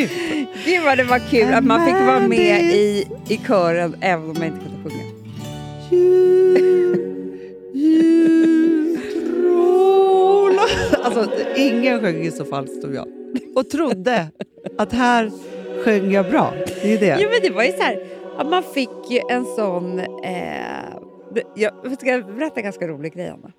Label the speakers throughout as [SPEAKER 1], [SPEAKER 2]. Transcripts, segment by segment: [SPEAKER 1] vad det var kul att man fick vara med i, i kören även om man inte kunde sjunga.
[SPEAKER 2] Julstrålar. Alltså, ingen sjöng ju så falskt som jag. Och trodde att här sjöng jag bra. Det är ju det.
[SPEAKER 1] Ja, men det var ju så här, att man fick ju en sån... Eh, jag ska berätta en ganska rolig grej, Anna.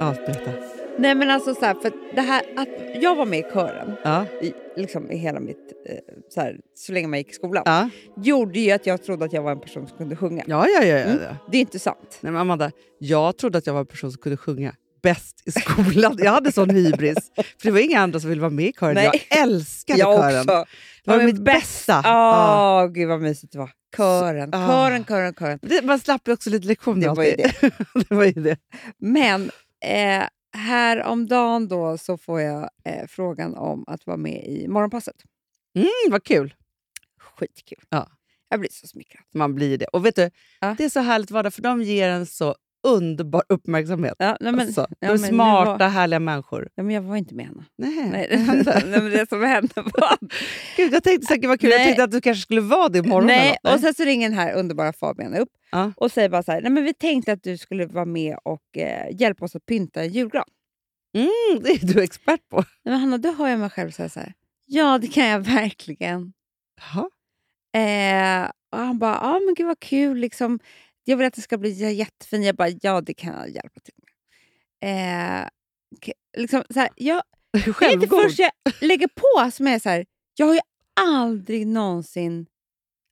[SPEAKER 2] Ja, berätta.
[SPEAKER 1] Nej, men alltså så här, för det här att jag var med i kören
[SPEAKER 2] Ja,
[SPEAKER 1] i, liksom i hela mitt... Eh, så, här, så länge man gick i skolan.
[SPEAKER 2] ja,
[SPEAKER 1] Gjorde ju att jag trodde att jag var en person som kunde sjunga.
[SPEAKER 2] ja. ja, ja, ja.
[SPEAKER 1] Det är inte sant.
[SPEAKER 2] Nej, men Amanda, jag trodde att jag var en person som kunde sjunga bäst i skolan. Jag hade sån hybris. För det var inga andra som ville vara med i kören.
[SPEAKER 1] Nej.
[SPEAKER 2] Jag älskade
[SPEAKER 1] jag
[SPEAKER 2] kören.
[SPEAKER 1] också.
[SPEAKER 2] Det
[SPEAKER 1] Ja,
[SPEAKER 2] var
[SPEAKER 1] men
[SPEAKER 2] mitt bästa. Ja.
[SPEAKER 1] Åh, gud vad mysigt det var. Kören,
[SPEAKER 2] Så- ah.
[SPEAKER 1] kören, kören, kören.
[SPEAKER 2] Det, man slapp ju också lite lektioner
[SPEAKER 1] Det var ju
[SPEAKER 2] alltid. det var ju det.
[SPEAKER 1] Men eh, häromdagen då så får jag eh, frågan om att vara med i Morgonpasset.
[SPEAKER 2] Mm, vad kul.
[SPEAKER 1] Skitkul.
[SPEAKER 2] Ja.
[SPEAKER 1] Jag blir så smickrad.
[SPEAKER 2] Man blir det. Och vet du,
[SPEAKER 1] Ja.
[SPEAKER 2] det är så härligt att vara där, för de ger en så underbar uppmärksamhet.
[SPEAKER 1] Ja, nej, men,
[SPEAKER 2] alltså,
[SPEAKER 1] ja,
[SPEAKER 2] de
[SPEAKER 1] men
[SPEAKER 2] är
[SPEAKER 1] nu
[SPEAKER 2] smarta,
[SPEAKER 1] var-
[SPEAKER 2] härliga människor.
[SPEAKER 1] ja, men jag var inte med henne.
[SPEAKER 2] Nej.
[SPEAKER 1] Nej, nej, men det som hände var...
[SPEAKER 2] Gud, jag tänkte säkert vad kul. Jag
[SPEAKER 1] Nej.
[SPEAKER 2] tänkte att du kanske skulle vara det imorgon.
[SPEAKER 1] nej,
[SPEAKER 2] eller
[SPEAKER 1] och
[SPEAKER 2] något.
[SPEAKER 1] sen så ringer den här underbara Fabian upp
[SPEAKER 2] Ja.
[SPEAKER 1] och säger bara så här, nej men vi tänkte att du skulle vara med och eh, hjälpa oss att pynta en julgran.
[SPEAKER 2] mm, det är du expert på.
[SPEAKER 1] Nej, men Hanna, då hör jag mig själv säga så här, ja det kan jag verkligen.
[SPEAKER 2] Jaha.
[SPEAKER 1] Eh, och han bara, ja ah, men gud vad kul. Liksom. Jag vill att det ska bli j- jättefin. Jag bara, ja det kan jag hjälpa till med. Eh, k- liksom, så här, jag, det är inte
[SPEAKER 2] Självgod.
[SPEAKER 1] först jag lägger på som jag är så här, jag har ju aldrig någonsin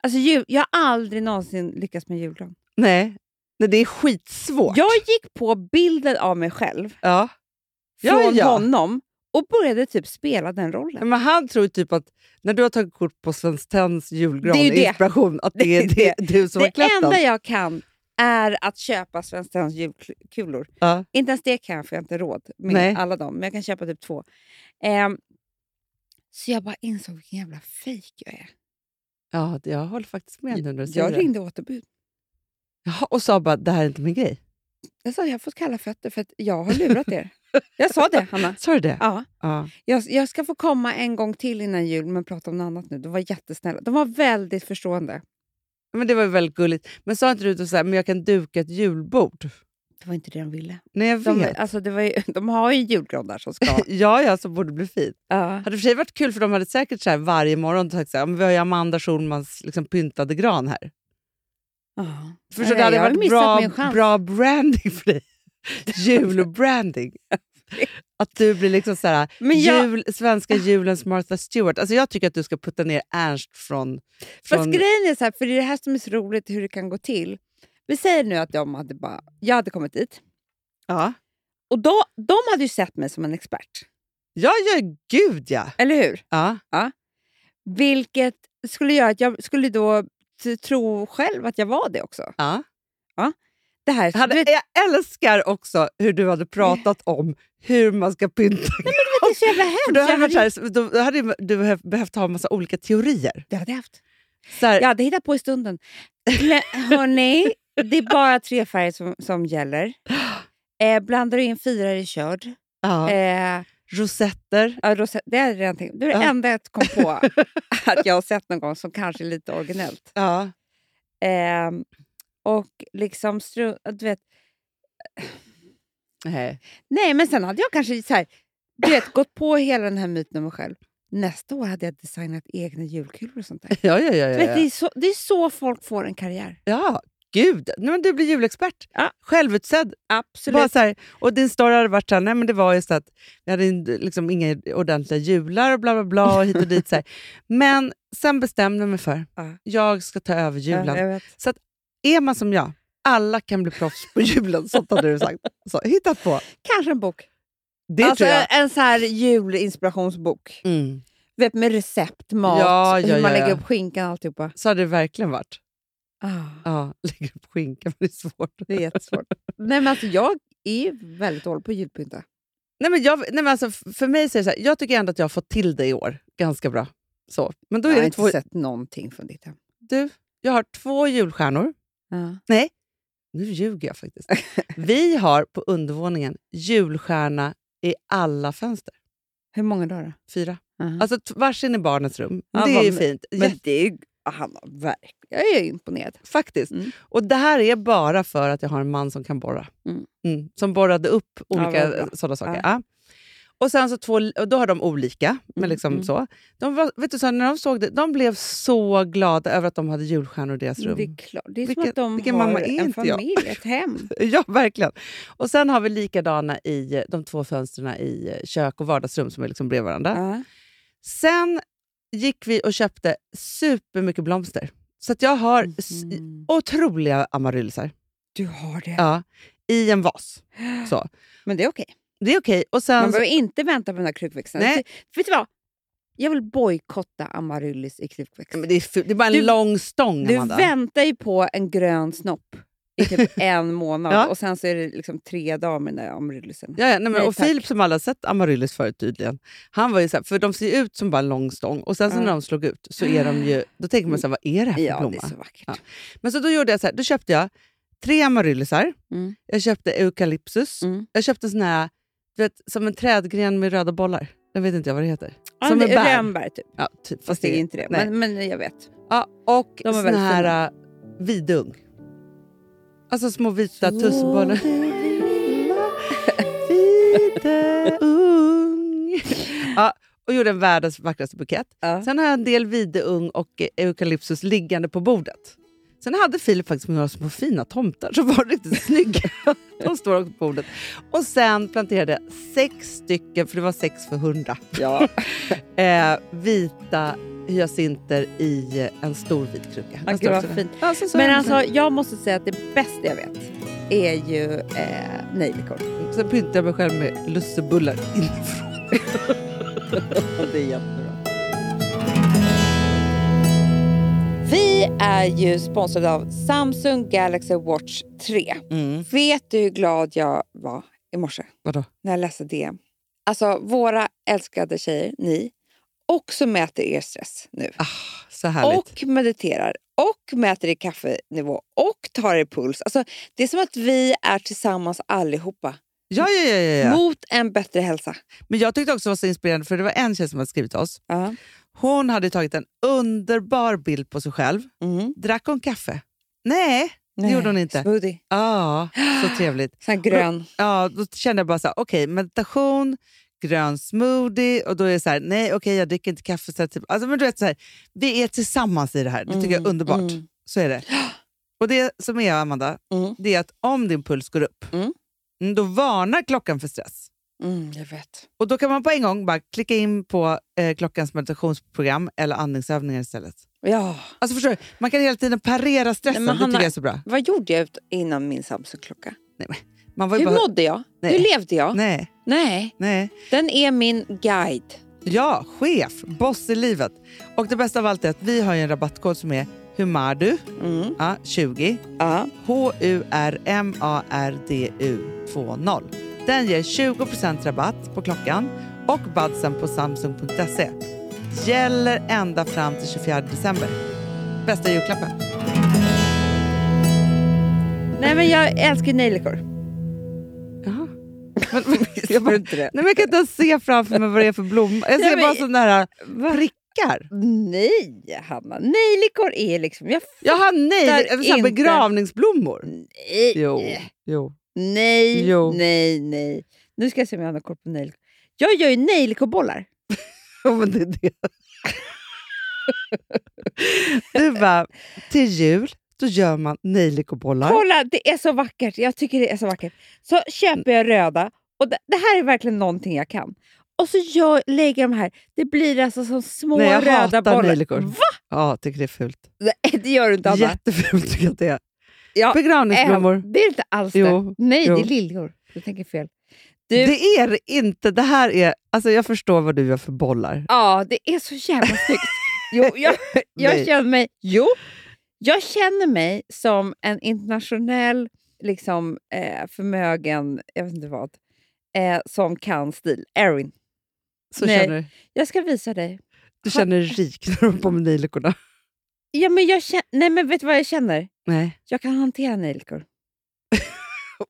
[SPEAKER 1] Alltså, ju- jag har aldrig någonsin lyckats med julgran.
[SPEAKER 2] Nej. Nej, det är skitsvårt.
[SPEAKER 1] Jag gick på bilden av mig själv
[SPEAKER 2] Ja. Ja,
[SPEAKER 1] från
[SPEAKER 2] ja.
[SPEAKER 1] honom och började typ spela den rollen.
[SPEAKER 2] Men han tror typ att när du har tagit kort på Svenskt Tenns julgran,
[SPEAKER 1] Det är ju det.
[SPEAKER 2] inspiration, att det är
[SPEAKER 1] Det
[SPEAKER 2] det,
[SPEAKER 1] är
[SPEAKER 2] du som har
[SPEAKER 1] Det
[SPEAKER 2] klätt
[SPEAKER 1] enda
[SPEAKER 2] den.
[SPEAKER 1] jag kan är att köpa Svenskt Tenns julkulor.
[SPEAKER 2] Ja.
[SPEAKER 1] Inte ens det kan jag för jag har inte råd med
[SPEAKER 2] Nej.
[SPEAKER 1] alla dem. Men jag kan köpa typ två. Ehm, så jag bara insåg vilken jävla fejk jag är.
[SPEAKER 2] Ja, det- jag håller faktiskt med nu när du säger
[SPEAKER 1] Jag
[SPEAKER 2] det.
[SPEAKER 1] ringde återbud.
[SPEAKER 2] Jaha, och sa bara det här är inte min grej.
[SPEAKER 1] Jag sa jag har fått kalla fötter för att jag har lurat er. jag sa det, Hanna.
[SPEAKER 2] Sa du det?
[SPEAKER 1] Ja,
[SPEAKER 2] Ja.
[SPEAKER 1] jag, jag ska få komma en gång till innan jul men prata om något annat nu. De var jättesnälla. De var väldigt förstående.
[SPEAKER 2] Men det var ju väldigt gulligt. Men sa inte du då så här, men jag kan duka ett julbord?
[SPEAKER 1] Det var inte det de ville.
[SPEAKER 2] Nej, jag
[SPEAKER 1] De,
[SPEAKER 2] vet.
[SPEAKER 1] alltså, det var ju, de har ju en julgran där som ska...
[SPEAKER 2] Ja, ja, så borde bli fint.
[SPEAKER 1] Ja.
[SPEAKER 2] Hade för sig varit kul för de hade säkert så här varje morgon sagt så här, men vi har ju Amanda Schulmans liksom pyntade gran här.
[SPEAKER 1] Ja.
[SPEAKER 2] Förstår, du, det
[SPEAKER 1] Nej,
[SPEAKER 2] hade
[SPEAKER 1] jag har
[SPEAKER 2] varit
[SPEAKER 1] missat
[SPEAKER 2] bra,
[SPEAKER 1] min chans.
[SPEAKER 2] bra branding för dig. Julbranding. Att du blir liksom så här,
[SPEAKER 1] Men jag-
[SPEAKER 2] jul, svenska julens Martha Stewart. Alltså jag tycker att du ska putta ner Ernst från...
[SPEAKER 1] Fast
[SPEAKER 2] från
[SPEAKER 1] grejen är så här, för det är det här som är så roligt hur det kan gå till. Vi säger nu att de hade bara, jag hade kommit dit.
[SPEAKER 2] ja.
[SPEAKER 1] Och då, de hade ju sett mig som en expert,
[SPEAKER 2] ja, ja, gud ja.
[SPEAKER 1] eller hur?
[SPEAKER 2] ja.
[SPEAKER 1] Vilket skulle göra att jag skulle då t- tro själv att jag var det också.
[SPEAKER 2] ja.
[SPEAKER 1] Det här,
[SPEAKER 2] Jag Hade,
[SPEAKER 1] du vet,
[SPEAKER 2] jag älskar också hur du hade pratat om hur man ska pynta.
[SPEAKER 1] det är så jävla hemskt.
[SPEAKER 2] För då, hade
[SPEAKER 1] jag
[SPEAKER 2] det varit
[SPEAKER 1] hade,
[SPEAKER 2] så här, då hade ju du behövt- behövt ha en massa olika teorier.
[SPEAKER 1] det hade jag haft.
[SPEAKER 2] Så här,
[SPEAKER 1] Jag hade hittat på i stunden. Glä- Hörni, det är bara tre färger som, som gäller. Eh, blandar du in fyra är det körd.
[SPEAKER 2] ja.
[SPEAKER 1] Eh,
[SPEAKER 2] Rosetter.
[SPEAKER 1] Ja, Rosetta, det, är redan tänkt. det är det
[SPEAKER 2] Ja.
[SPEAKER 1] enda jag kom på att jag har sett någon gång som kanske är lite originellt.
[SPEAKER 2] Ja.
[SPEAKER 1] Ehm, och liksom stru, du vet,
[SPEAKER 2] Nej.
[SPEAKER 1] Nej, men sen hade jag kanske så här, du vet, gått på hela den här myten om mig själv. Nästa år hade jag designat egna julkulor och sånt där.
[SPEAKER 2] Ja, ja, ja,
[SPEAKER 1] Du
[SPEAKER 2] ja,
[SPEAKER 1] vet,
[SPEAKER 2] ja.
[SPEAKER 1] det, är så, det är så folk får en karriär.
[SPEAKER 2] Ja, gud. Nej, men du blir julexpert.
[SPEAKER 1] Ja.
[SPEAKER 2] Självutsedd.
[SPEAKER 1] Absolut.
[SPEAKER 2] Bara så här, och din story hade varit så här, nej men det var ju så att vi hade in- liksom inga ordentliga jular och bla bla bla och hit och dit. Så här. Men sen bestämde jag mig för,
[SPEAKER 1] Ja.
[SPEAKER 2] jag ska ta över julen.
[SPEAKER 1] Ja, jag vet.
[SPEAKER 2] Är man som jag, alla kan bli proffs på julen. Sånt hade du sagt. Så, hittat på.
[SPEAKER 1] Kanske en bok.
[SPEAKER 2] Det
[SPEAKER 1] alltså,
[SPEAKER 2] tror jag.
[SPEAKER 1] En så här julinspirationsbok.
[SPEAKER 2] Mm.
[SPEAKER 1] Du vet, med recept, mat,
[SPEAKER 2] Ja, ja,
[SPEAKER 1] hur man
[SPEAKER 2] ja,
[SPEAKER 1] lägger
[SPEAKER 2] ja.
[SPEAKER 1] upp skinkan och alltihopa.
[SPEAKER 2] Så hade det verkligen varit.
[SPEAKER 1] Ah.
[SPEAKER 2] Ja, lägga upp skinka, men det är svårt.
[SPEAKER 1] Det är jättesvårt. Nej, men alltså, jag är ju väldigt dålig på att julpynta.
[SPEAKER 2] Nej, men jag, nej, men alltså, f- för mig så är det så här, jag tycker ändå att jag har fått till det i år ganska bra. Så. Men då
[SPEAKER 1] Jag
[SPEAKER 2] är
[SPEAKER 1] har
[SPEAKER 2] det
[SPEAKER 1] inte
[SPEAKER 2] två,
[SPEAKER 1] sett någonting från ditt hem.
[SPEAKER 2] du, jag har två julstjärnor.
[SPEAKER 1] Ja.
[SPEAKER 2] Nu ljuger jag faktiskt. Vi har på undervåningen julstjärna i alla fönster.
[SPEAKER 1] Hur många dagar då?
[SPEAKER 2] Fyra.
[SPEAKER 1] Aha.
[SPEAKER 2] Alltså t- varsin i barnets rum.
[SPEAKER 1] Ja,
[SPEAKER 2] det är
[SPEAKER 1] vad-
[SPEAKER 2] ju fint.
[SPEAKER 1] men det är ju... Han har verkligen... Jag är imponerad.
[SPEAKER 2] Faktiskt.
[SPEAKER 1] Mm.
[SPEAKER 2] Och det här är bara för att jag har en man som kan borra.
[SPEAKER 1] Mm.
[SPEAKER 2] som borrade upp
[SPEAKER 1] Ja, vad
[SPEAKER 2] olika
[SPEAKER 1] bra.
[SPEAKER 2] sådana saker.
[SPEAKER 1] Ja.
[SPEAKER 2] Ja. Och sen så två, och då har de olika. Men
[SPEAKER 1] Mm,
[SPEAKER 2] liksom
[SPEAKER 1] mm.
[SPEAKER 2] så. De, var, vet du, så här, när de såg det, de blev så glada över att de hade julstjärnor i deras rum.
[SPEAKER 1] Det är, klart. Det är
[SPEAKER 2] Vilken-
[SPEAKER 1] som att de
[SPEAKER 2] vilken
[SPEAKER 1] har
[SPEAKER 2] mamma är
[SPEAKER 1] en
[SPEAKER 2] inte jag?
[SPEAKER 1] familj, ett hem.
[SPEAKER 2] Ja, verkligen. Och sen har vi likadana i de två fönstren i kök och vardagsrum som är liksom bredvid varandra.
[SPEAKER 1] Ja.
[SPEAKER 2] Sen gick vi och köpte supermycket blomster. Så att jag har s-
[SPEAKER 1] Mhm.
[SPEAKER 2] otroliga amaryllisar
[SPEAKER 1] Du har det.
[SPEAKER 2] ja, i en vas. Så.
[SPEAKER 1] Men det är okej.
[SPEAKER 2] Det är okej. Och sen,
[SPEAKER 1] Man behöver inte vänta på den här krukväxten.
[SPEAKER 2] Nej.
[SPEAKER 1] Vet du vad? Jag vill bojkotta amaryllis i krukväxt.
[SPEAKER 2] Nej, men det, är, fult. det är bara en
[SPEAKER 1] Du-
[SPEAKER 2] lång stång,
[SPEAKER 1] Du
[SPEAKER 2] Amanda.
[SPEAKER 1] väntar ju på en grön snopp i typ en månad
[SPEAKER 2] Ja.
[SPEAKER 1] och sen så är det liksom tre dagar med den där amaryllisen.
[SPEAKER 2] Ja, ja, nej, men,
[SPEAKER 1] Nej,
[SPEAKER 2] och
[SPEAKER 1] tack.
[SPEAKER 2] Filip som alla sett amaryllis förut tydligen, han var ju så här, för de ser ju ut som bara en lång stång och sen så
[SPEAKER 1] Ja.
[SPEAKER 2] när de slog ut så är de ju, då tänker man så här, vad är det här för
[SPEAKER 1] Ja, det
[SPEAKER 2] blomma?
[SPEAKER 1] är så vackert.
[SPEAKER 2] Ja. Men så då gjorde jag så här, då köpte jag tre amaryllisar,
[SPEAKER 1] Mm.
[SPEAKER 2] jag köpte eukalyptus,
[SPEAKER 1] Mm.
[SPEAKER 2] jag köpte sån här, du vet, som en trädgren med röda bollar. Jag vet inte jag vad det heter.
[SPEAKER 1] Ja,
[SPEAKER 2] Som
[SPEAKER 1] det
[SPEAKER 2] en
[SPEAKER 1] är
[SPEAKER 2] bär.
[SPEAKER 1] Rönnbär typ,
[SPEAKER 2] Ja, typ,
[SPEAKER 1] fast det är inte det.
[SPEAKER 2] nej.
[SPEAKER 1] Men, men jag vet.
[SPEAKER 2] ja, och
[SPEAKER 1] De är
[SPEAKER 2] sån
[SPEAKER 1] väldigt
[SPEAKER 2] här uh, vidung. Alltså små vita tussbollar. Videung. ja, och gjorde en världens vackraste bukett.
[SPEAKER 1] Ja.
[SPEAKER 2] Sen har jag en del videung och eh, eukalyptus liggande på bordet. Sen hade Filip faktiskt några små fina tomtar som var riktigt snygga. De står också på bordet. Och sen planterade jag sex stycken, för det var sex för hundra,
[SPEAKER 1] Ja.
[SPEAKER 2] eh, vita hyacinter i en stor vit kruka.
[SPEAKER 1] Ja,
[SPEAKER 2] Den
[SPEAKER 1] gud,
[SPEAKER 2] står
[SPEAKER 1] vad
[SPEAKER 2] också där.
[SPEAKER 1] fint.
[SPEAKER 2] Ja, så- så
[SPEAKER 1] Men
[SPEAKER 2] är det.
[SPEAKER 1] alltså, jag måste säga att det bästa jag vet är ju eh, nejlikor.
[SPEAKER 2] Sen pyntade jag mig själv med lussebullar inifrån.
[SPEAKER 1] Det är jättebra. Vi är ju sponsrade av Samsung Galaxy Watch 3. Vet du hur glad jag var i morse
[SPEAKER 2] Vadå?
[SPEAKER 1] när jag läste DM? Alltså, våra älskade tjejer, ni, också mäter er stress nu.
[SPEAKER 2] Ah, så härligt.
[SPEAKER 1] Och mediterar. Och mäter i kaffenivå. Och tar i puls. Alltså, det är som att vi är tillsammans allihopa.
[SPEAKER 2] ja, ja, ja, ja, ja.
[SPEAKER 1] Mot en bättre hälsa.
[SPEAKER 2] Men jag tyckte också det var så inspirerande för det var en tjej som hade skrivit till oss.
[SPEAKER 1] Ja.
[SPEAKER 2] Hon hade tagit en underbar bild på sig själv.
[SPEAKER 1] Mm.
[SPEAKER 2] Drack hon kaffe? Nej, det
[SPEAKER 1] Nej,
[SPEAKER 2] gjorde hon inte.
[SPEAKER 1] Smoothie.
[SPEAKER 2] Ja, så trevligt.
[SPEAKER 1] Sån här grön.
[SPEAKER 2] Ja, då kände jag bara så här, okej, meditation, grön smoothie och då är det så här, nej okej jag dricker inte kaffe. Så här, typ. alltså, men du vet, så här, vi är tillsammans i det här, det tycker jag är
[SPEAKER 1] Mm,
[SPEAKER 2] underbart.
[SPEAKER 1] mm.
[SPEAKER 2] Så är det. Och det som är Amanda,
[SPEAKER 1] Mm.
[SPEAKER 2] det är att om din puls går upp,
[SPEAKER 1] Mm.
[SPEAKER 2] mm, då varnar klockan för stress.
[SPEAKER 1] Mm, jag vet.
[SPEAKER 2] Och då kan man på en gång bara klicka in på eh, klockans meditationsprogram eller andningsövningar istället.
[SPEAKER 1] Ja.
[SPEAKER 2] Alltså förstår du? Man kan hela tiden parera stressen.
[SPEAKER 1] Nej, men
[SPEAKER 2] det tycker
[SPEAKER 1] Hanna-
[SPEAKER 2] jag är så bra.
[SPEAKER 1] Vad gjorde jag ut- innan min Samsung-klocka?
[SPEAKER 2] Man var ju
[SPEAKER 1] Hur
[SPEAKER 2] bara,
[SPEAKER 1] mådde jag?
[SPEAKER 2] Nej.
[SPEAKER 1] Hur levde jag? Nej.
[SPEAKER 2] nej, nej.
[SPEAKER 1] den är min guide.
[SPEAKER 2] Ja, chef, boss i livet. Och det bästa av allt är att vi har ju en rabattkod som är HUMARDU
[SPEAKER 1] Mm.
[SPEAKER 2] ja, 20
[SPEAKER 1] Ja.
[SPEAKER 2] H-U-R-M-A-R-D-U 20. Den ger 20% rabatt på klockan och badsen på samsung.se. Gäller ända fram till 24 december. Bästa julklappen.
[SPEAKER 1] Nej, men jag älskar ju nejlikor.
[SPEAKER 2] Jaha. Men, men, jag, bara, nej,
[SPEAKER 1] inte det?
[SPEAKER 2] men jag kan inte ens se framför mig vad det är för blomma. Jag
[SPEAKER 1] Nej,
[SPEAKER 2] ser
[SPEAKER 1] men-
[SPEAKER 2] bara sådana här prickar.
[SPEAKER 1] Nej, Hanna. Nejlikor är liksom... Jag
[SPEAKER 2] Jaha, nej.
[SPEAKER 1] Fattar
[SPEAKER 2] det är så här
[SPEAKER 1] inte.
[SPEAKER 2] begravningsblommor.
[SPEAKER 1] nej.
[SPEAKER 2] Jo, jo.
[SPEAKER 1] Nej,
[SPEAKER 2] Jo.
[SPEAKER 1] nej, nej. Nu ska jag se om jag har någon koll på nejlikor. Jag gör ju nejlikorbollar.
[SPEAKER 2] Ja, men det är det. Du bara, till jul då gör man nejlikobollar.
[SPEAKER 1] Kolla, det är så vackert. Jag tycker det är så vackert. Så köper jag röda. Och det, det här är verkligen någonting jag kan. Och så jag lägger jag de här. Det blir alltså som små
[SPEAKER 2] Nej, jag
[SPEAKER 1] röda
[SPEAKER 2] hatar
[SPEAKER 1] bollar.
[SPEAKER 2] nejlikor.
[SPEAKER 1] Va?
[SPEAKER 2] Ja, tycker det är fult.
[SPEAKER 1] Nej, det gör du inte, Anna.
[SPEAKER 2] Jättefult tycker jag att det är.
[SPEAKER 1] Ja,
[SPEAKER 2] Begravningsblommor.
[SPEAKER 1] eh, det är inte alls det.
[SPEAKER 2] Jo,
[SPEAKER 1] Nej,
[SPEAKER 2] jo.
[SPEAKER 1] det är liljor. Du tänker fel. Du-
[SPEAKER 2] Det är det inte. Det här är, alltså jag förstår vad du gör för bollar.
[SPEAKER 1] Ja, det är så jävla snyggt. Jo, jag,
[SPEAKER 2] Nej.
[SPEAKER 1] jag känner mig... Jo, jag känner mig som en internationell liksom, eh, förmögen, jag vet inte vad, eh, som kan stil. Erin,
[SPEAKER 2] Så
[SPEAKER 1] Nej.
[SPEAKER 2] känner du.
[SPEAKER 1] jag ska visa dig.
[SPEAKER 2] Du känner dig rik när du har på med nejlikorna.
[SPEAKER 1] Ja, men jag känner, nej, men vet du vad jag känner?
[SPEAKER 2] Nej.
[SPEAKER 1] Jag kan hantera nejlikor.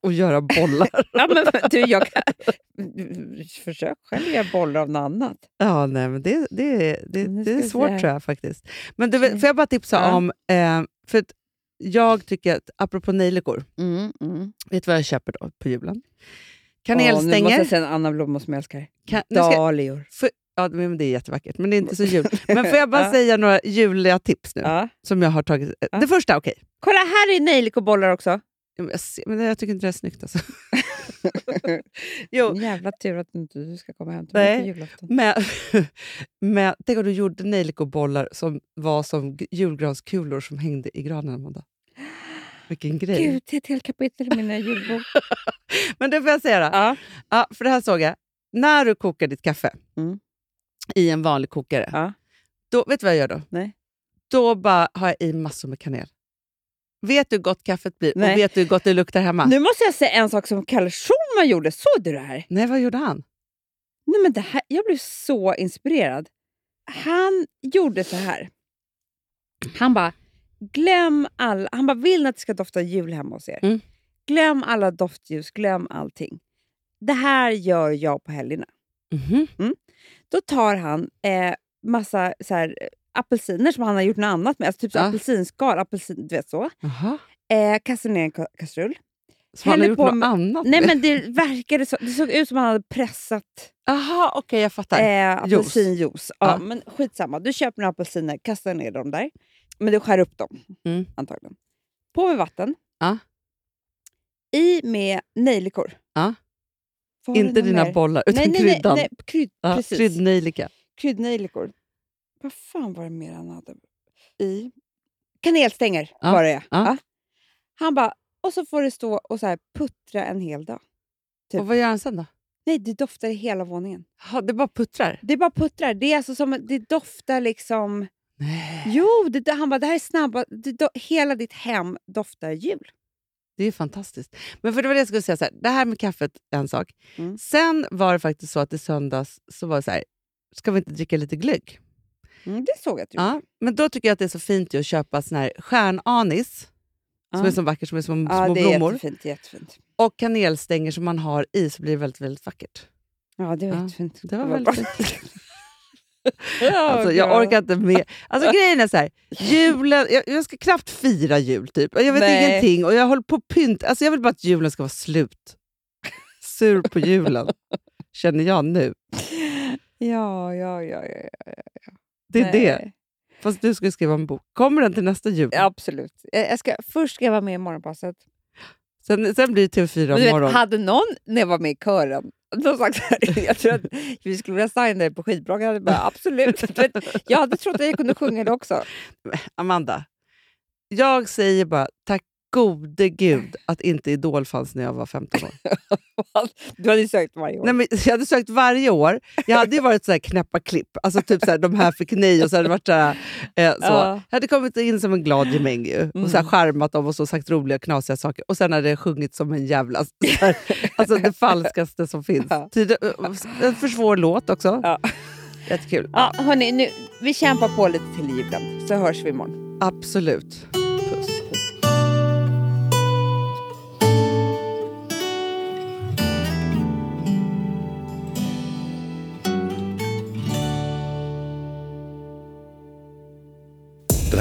[SPEAKER 2] och göra bollar.
[SPEAKER 1] Ja, men, du, jag kan... Försök själv göra bollar av något annat.
[SPEAKER 2] ja, nej, men det, det, det,
[SPEAKER 1] Nu
[SPEAKER 2] det är
[SPEAKER 1] ska vi
[SPEAKER 2] svårt
[SPEAKER 1] se här.
[SPEAKER 2] tror jag faktiskt. Men du, får jag bara tipsa
[SPEAKER 1] Ja.
[SPEAKER 2] om... Eh, för att jag tycker att, apropå nejlikor,
[SPEAKER 1] Mm, mm.
[SPEAKER 2] vet du vad jag köper då på julen?
[SPEAKER 1] Åh, nu måste
[SPEAKER 2] Kanelstänger.
[SPEAKER 1] jag säga en annan blomma som jag älskar.
[SPEAKER 2] kan, nu ska,
[SPEAKER 1] Dahlior.
[SPEAKER 2] ja, men det är jättevackert, men det är inte så jul. Men får jag bara
[SPEAKER 1] Ja.
[SPEAKER 2] säga några juliga tips nu?
[SPEAKER 1] Ja.
[SPEAKER 2] Som jag har tagit. eh,
[SPEAKER 1] Ja.
[SPEAKER 2] Det första, okej.
[SPEAKER 1] Kolla, här är nejlikobollar också.
[SPEAKER 2] Ja, men Jag, ser- men jag tycker inte det är snyggt alltså. jo,
[SPEAKER 1] Jävla tur att inte du ska komma hem till
[SPEAKER 2] Nej.
[SPEAKER 1] mig på julafton.
[SPEAKER 2] men, men tänk om du gjorde nejlikobollar som var som g- julgranskulor som hängde i granen, Amanda. Vilken grej.
[SPEAKER 1] Gud, det är ett helt kapitel i mina julbok.
[SPEAKER 2] Men det får jag säga då.
[SPEAKER 1] ja.
[SPEAKER 2] Ja, för det här såg jag. När du kokar ditt kaffe
[SPEAKER 1] Mm.
[SPEAKER 2] i en vanlig kokare,
[SPEAKER 1] Ja.
[SPEAKER 2] då, vet du vad jag gör då?
[SPEAKER 1] Nej.
[SPEAKER 2] Då bara har jag i massor med kanel. Vet du hur gott kaffet blir
[SPEAKER 1] Nej.
[SPEAKER 2] och vet du hur gott det luktar hemma?
[SPEAKER 1] Nu måste jag säga en sak som Kalle Schulman gjorde. Såg du det här?
[SPEAKER 2] Nej, vad gjorde han?
[SPEAKER 1] Nej, men det här? Jag blev så inspirerad. Han gjorde så här. Han bara, glöm all... Han bara, vill ni att det ska dofta jul hemma hos er?
[SPEAKER 2] Mm.
[SPEAKER 1] Glöm alla doftljus, glöm allting. Det här gör jag på helgerna.
[SPEAKER 2] Mhm.
[SPEAKER 1] Då tar han eh, massa så här, eh, apelsiner som han har gjort något annat med. Alltså typ så
[SPEAKER 2] Ja.
[SPEAKER 1] apelsinskal, apelsin, du vet så.
[SPEAKER 2] Jaha.
[SPEAKER 1] Eh, kastar ner i en ka- kastrull.
[SPEAKER 2] Så han har
[SPEAKER 1] Häller
[SPEAKER 2] gjort
[SPEAKER 1] på
[SPEAKER 2] något
[SPEAKER 1] med-
[SPEAKER 2] annat?
[SPEAKER 1] Nej
[SPEAKER 2] med-
[SPEAKER 1] men det verkade så, det såg ut som att han hade pressat
[SPEAKER 2] Aha, okej, jag fattar.
[SPEAKER 1] Eh,
[SPEAKER 2] Juice. Ah.
[SPEAKER 1] apelsinjuice. Ja,
[SPEAKER 2] Ja.
[SPEAKER 1] Men skitsamma, du köper några apelsiner, kastar ner dem där. Men du skär upp dem,
[SPEAKER 2] Mm. Ah.
[SPEAKER 1] antagligen. På med vatten.
[SPEAKER 2] Ja.
[SPEAKER 1] I med nejlikor.
[SPEAKER 2] Ja.
[SPEAKER 1] Vad har du
[SPEAKER 2] Ah. Inte
[SPEAKER 1] någon
[SPEAKER 2] dina
[SPEAKER 1] mer?
[SPEAKER 2] bollar, utan
[SPEAKER 1] nej, nej,
[SPEAKER 2] kryddan. Ah,
[SPEAKER 1] Nej, nej, kryd,
[SPEAKER 2] Ja,
[SPEAKER 1] precis.
[SPEAKER 2] kryddnejlika.
[SPEAKER 1] Kryddnejlikor. Vad fan var det mer han hade i? Kanelstänger
[SPEAKER 2] Ja,
[SPEAKER 1] var det, ja.
[SPEAKER 2] ja.
[SPEAKER 1] Ja. Han bara, och så får det stå och så här puttra en hel dag. Typ.
[SPEAKER 2] Och vad gör han sen då?
[SPEAKER 1] Nej, det doftar i hela våningen.
[SPEAKER 2] Jaha, det bara puttrar?
[SPEAKER 1] Det bara puttrar. Det, är alltså som, det doftar liksom...
[SPEAKER 2] Nej.
[SPEAKER 1] Jo, det, han bara, det här är snabba... Det, do, hela ditt hem doftar jul.
[SPEAKER 2] Det är ju fantastiskt. Men för det var det jag skulle säga, så här, det här med kaffet är en sak.
[SPEAKER 1] Mm.
[SPEAKER 2] Sen var det faktiskt så att i söndags så var det så här, ska vi inte dricka lite glögg?
[SPEAKER 1] Mm, det såg jag att du
[SPEAKER 2] Ja, men då tycker jag att det är så fint ju att köpa sån här stjärnanis, som
[SPEAKER 1] Ja.
[SPEAKER 2] är så vacker, som är som
[SPEAKER 1] ja,
[SPEAKER 2] små
[SPEAKER 1] det är
[SPEAKER 2] blommor.
[SPEAKER 1] jättefint, jättefint.
[SPEAKER 2] Och kanelstänger som man har i, så blir det väldigt, väldigt vackert.
[SPEAKER 1] Ja, det var
[SPEAKER 2] Ja,
[SPEAKER 1] jättefint.
[SPEAKER 2] det var
[SPEAKER 1] Vad
[SPEAKER 2] väldigt
[SPEAKER 1] bra.
[SPEAKER 2] Alltså, jag orkar inte med. Alltså, grejen är så här, julen, jag, jag ska knappt fira jul, typ. Och jag vet
[SPEAKER 1] Nej.
[SPEAKER 2] ingenting och jag håller på och pynt. Alltså, jag vill bara att julen ska vara slut. Sur på julen, känner jag nu.
[SPEAKER 1] Ja, ja, ja. ja, ja.
[SPEAKER 2] Det är det.
[SPEAKER 1] Nej,
[SPEAKER 2] Fast du ska ju skriva en bok. Kommer den till nästa jul?
[SPEAKER 1] Absolut. Jag jag ska, först ska jag vara med i Morgonpasset.
[SPEAKER 2] Sen, sen blir det TV4
[SPEAKER 1] Men du vet,
[SPEAKER 2] imorgon.
[SPEAKER 1] hade någon, när jag var med i kören, någon sagt så här, jag tror att vi skulle vilja signa dig på skivbolaget. Jag hade bara, absolut. Du vet, jag hade trott att jag kunde sjunga det också.
[SPEAKER 2] Amanda, jag säger bara tack gode gud att inte Idol fanns när jag var 15 år.
[SPEAKER 1] Du hade ju sökt varje år.
[SPEAKER 2] Nej, men jag hade sökt varje år. Jag hade ju varit så här knäppa klipp. Alltså typ så här, de här fick nej och så hade det varit så här, eh, så.
[SPEAKER 1] Ja.
[SPEAKER 2] Jag hade kommit in som en glad gemäng ju. Och så här,
[SPEAKER 1] Mm.
[SPEAKER 2] charmat dem och så sagt roliga knasiga saker. Och sen hade jag sjungit som en jävla... Så här, alltså det falskaste som finns.
[SPEAKER 1] Ja.
[SPEAKER 2] Tid, en för svår låt också.
[SPEAKER 1] Ja.
[SPEAKER 2] Jättekul.
[SPEAKER 1] Ja, hörni, nu, vi kämpar på lite till julen, så hörs vi imorgon.
[SPEAKER 2] Absolut. Puss.
[SPEAKER 3] Den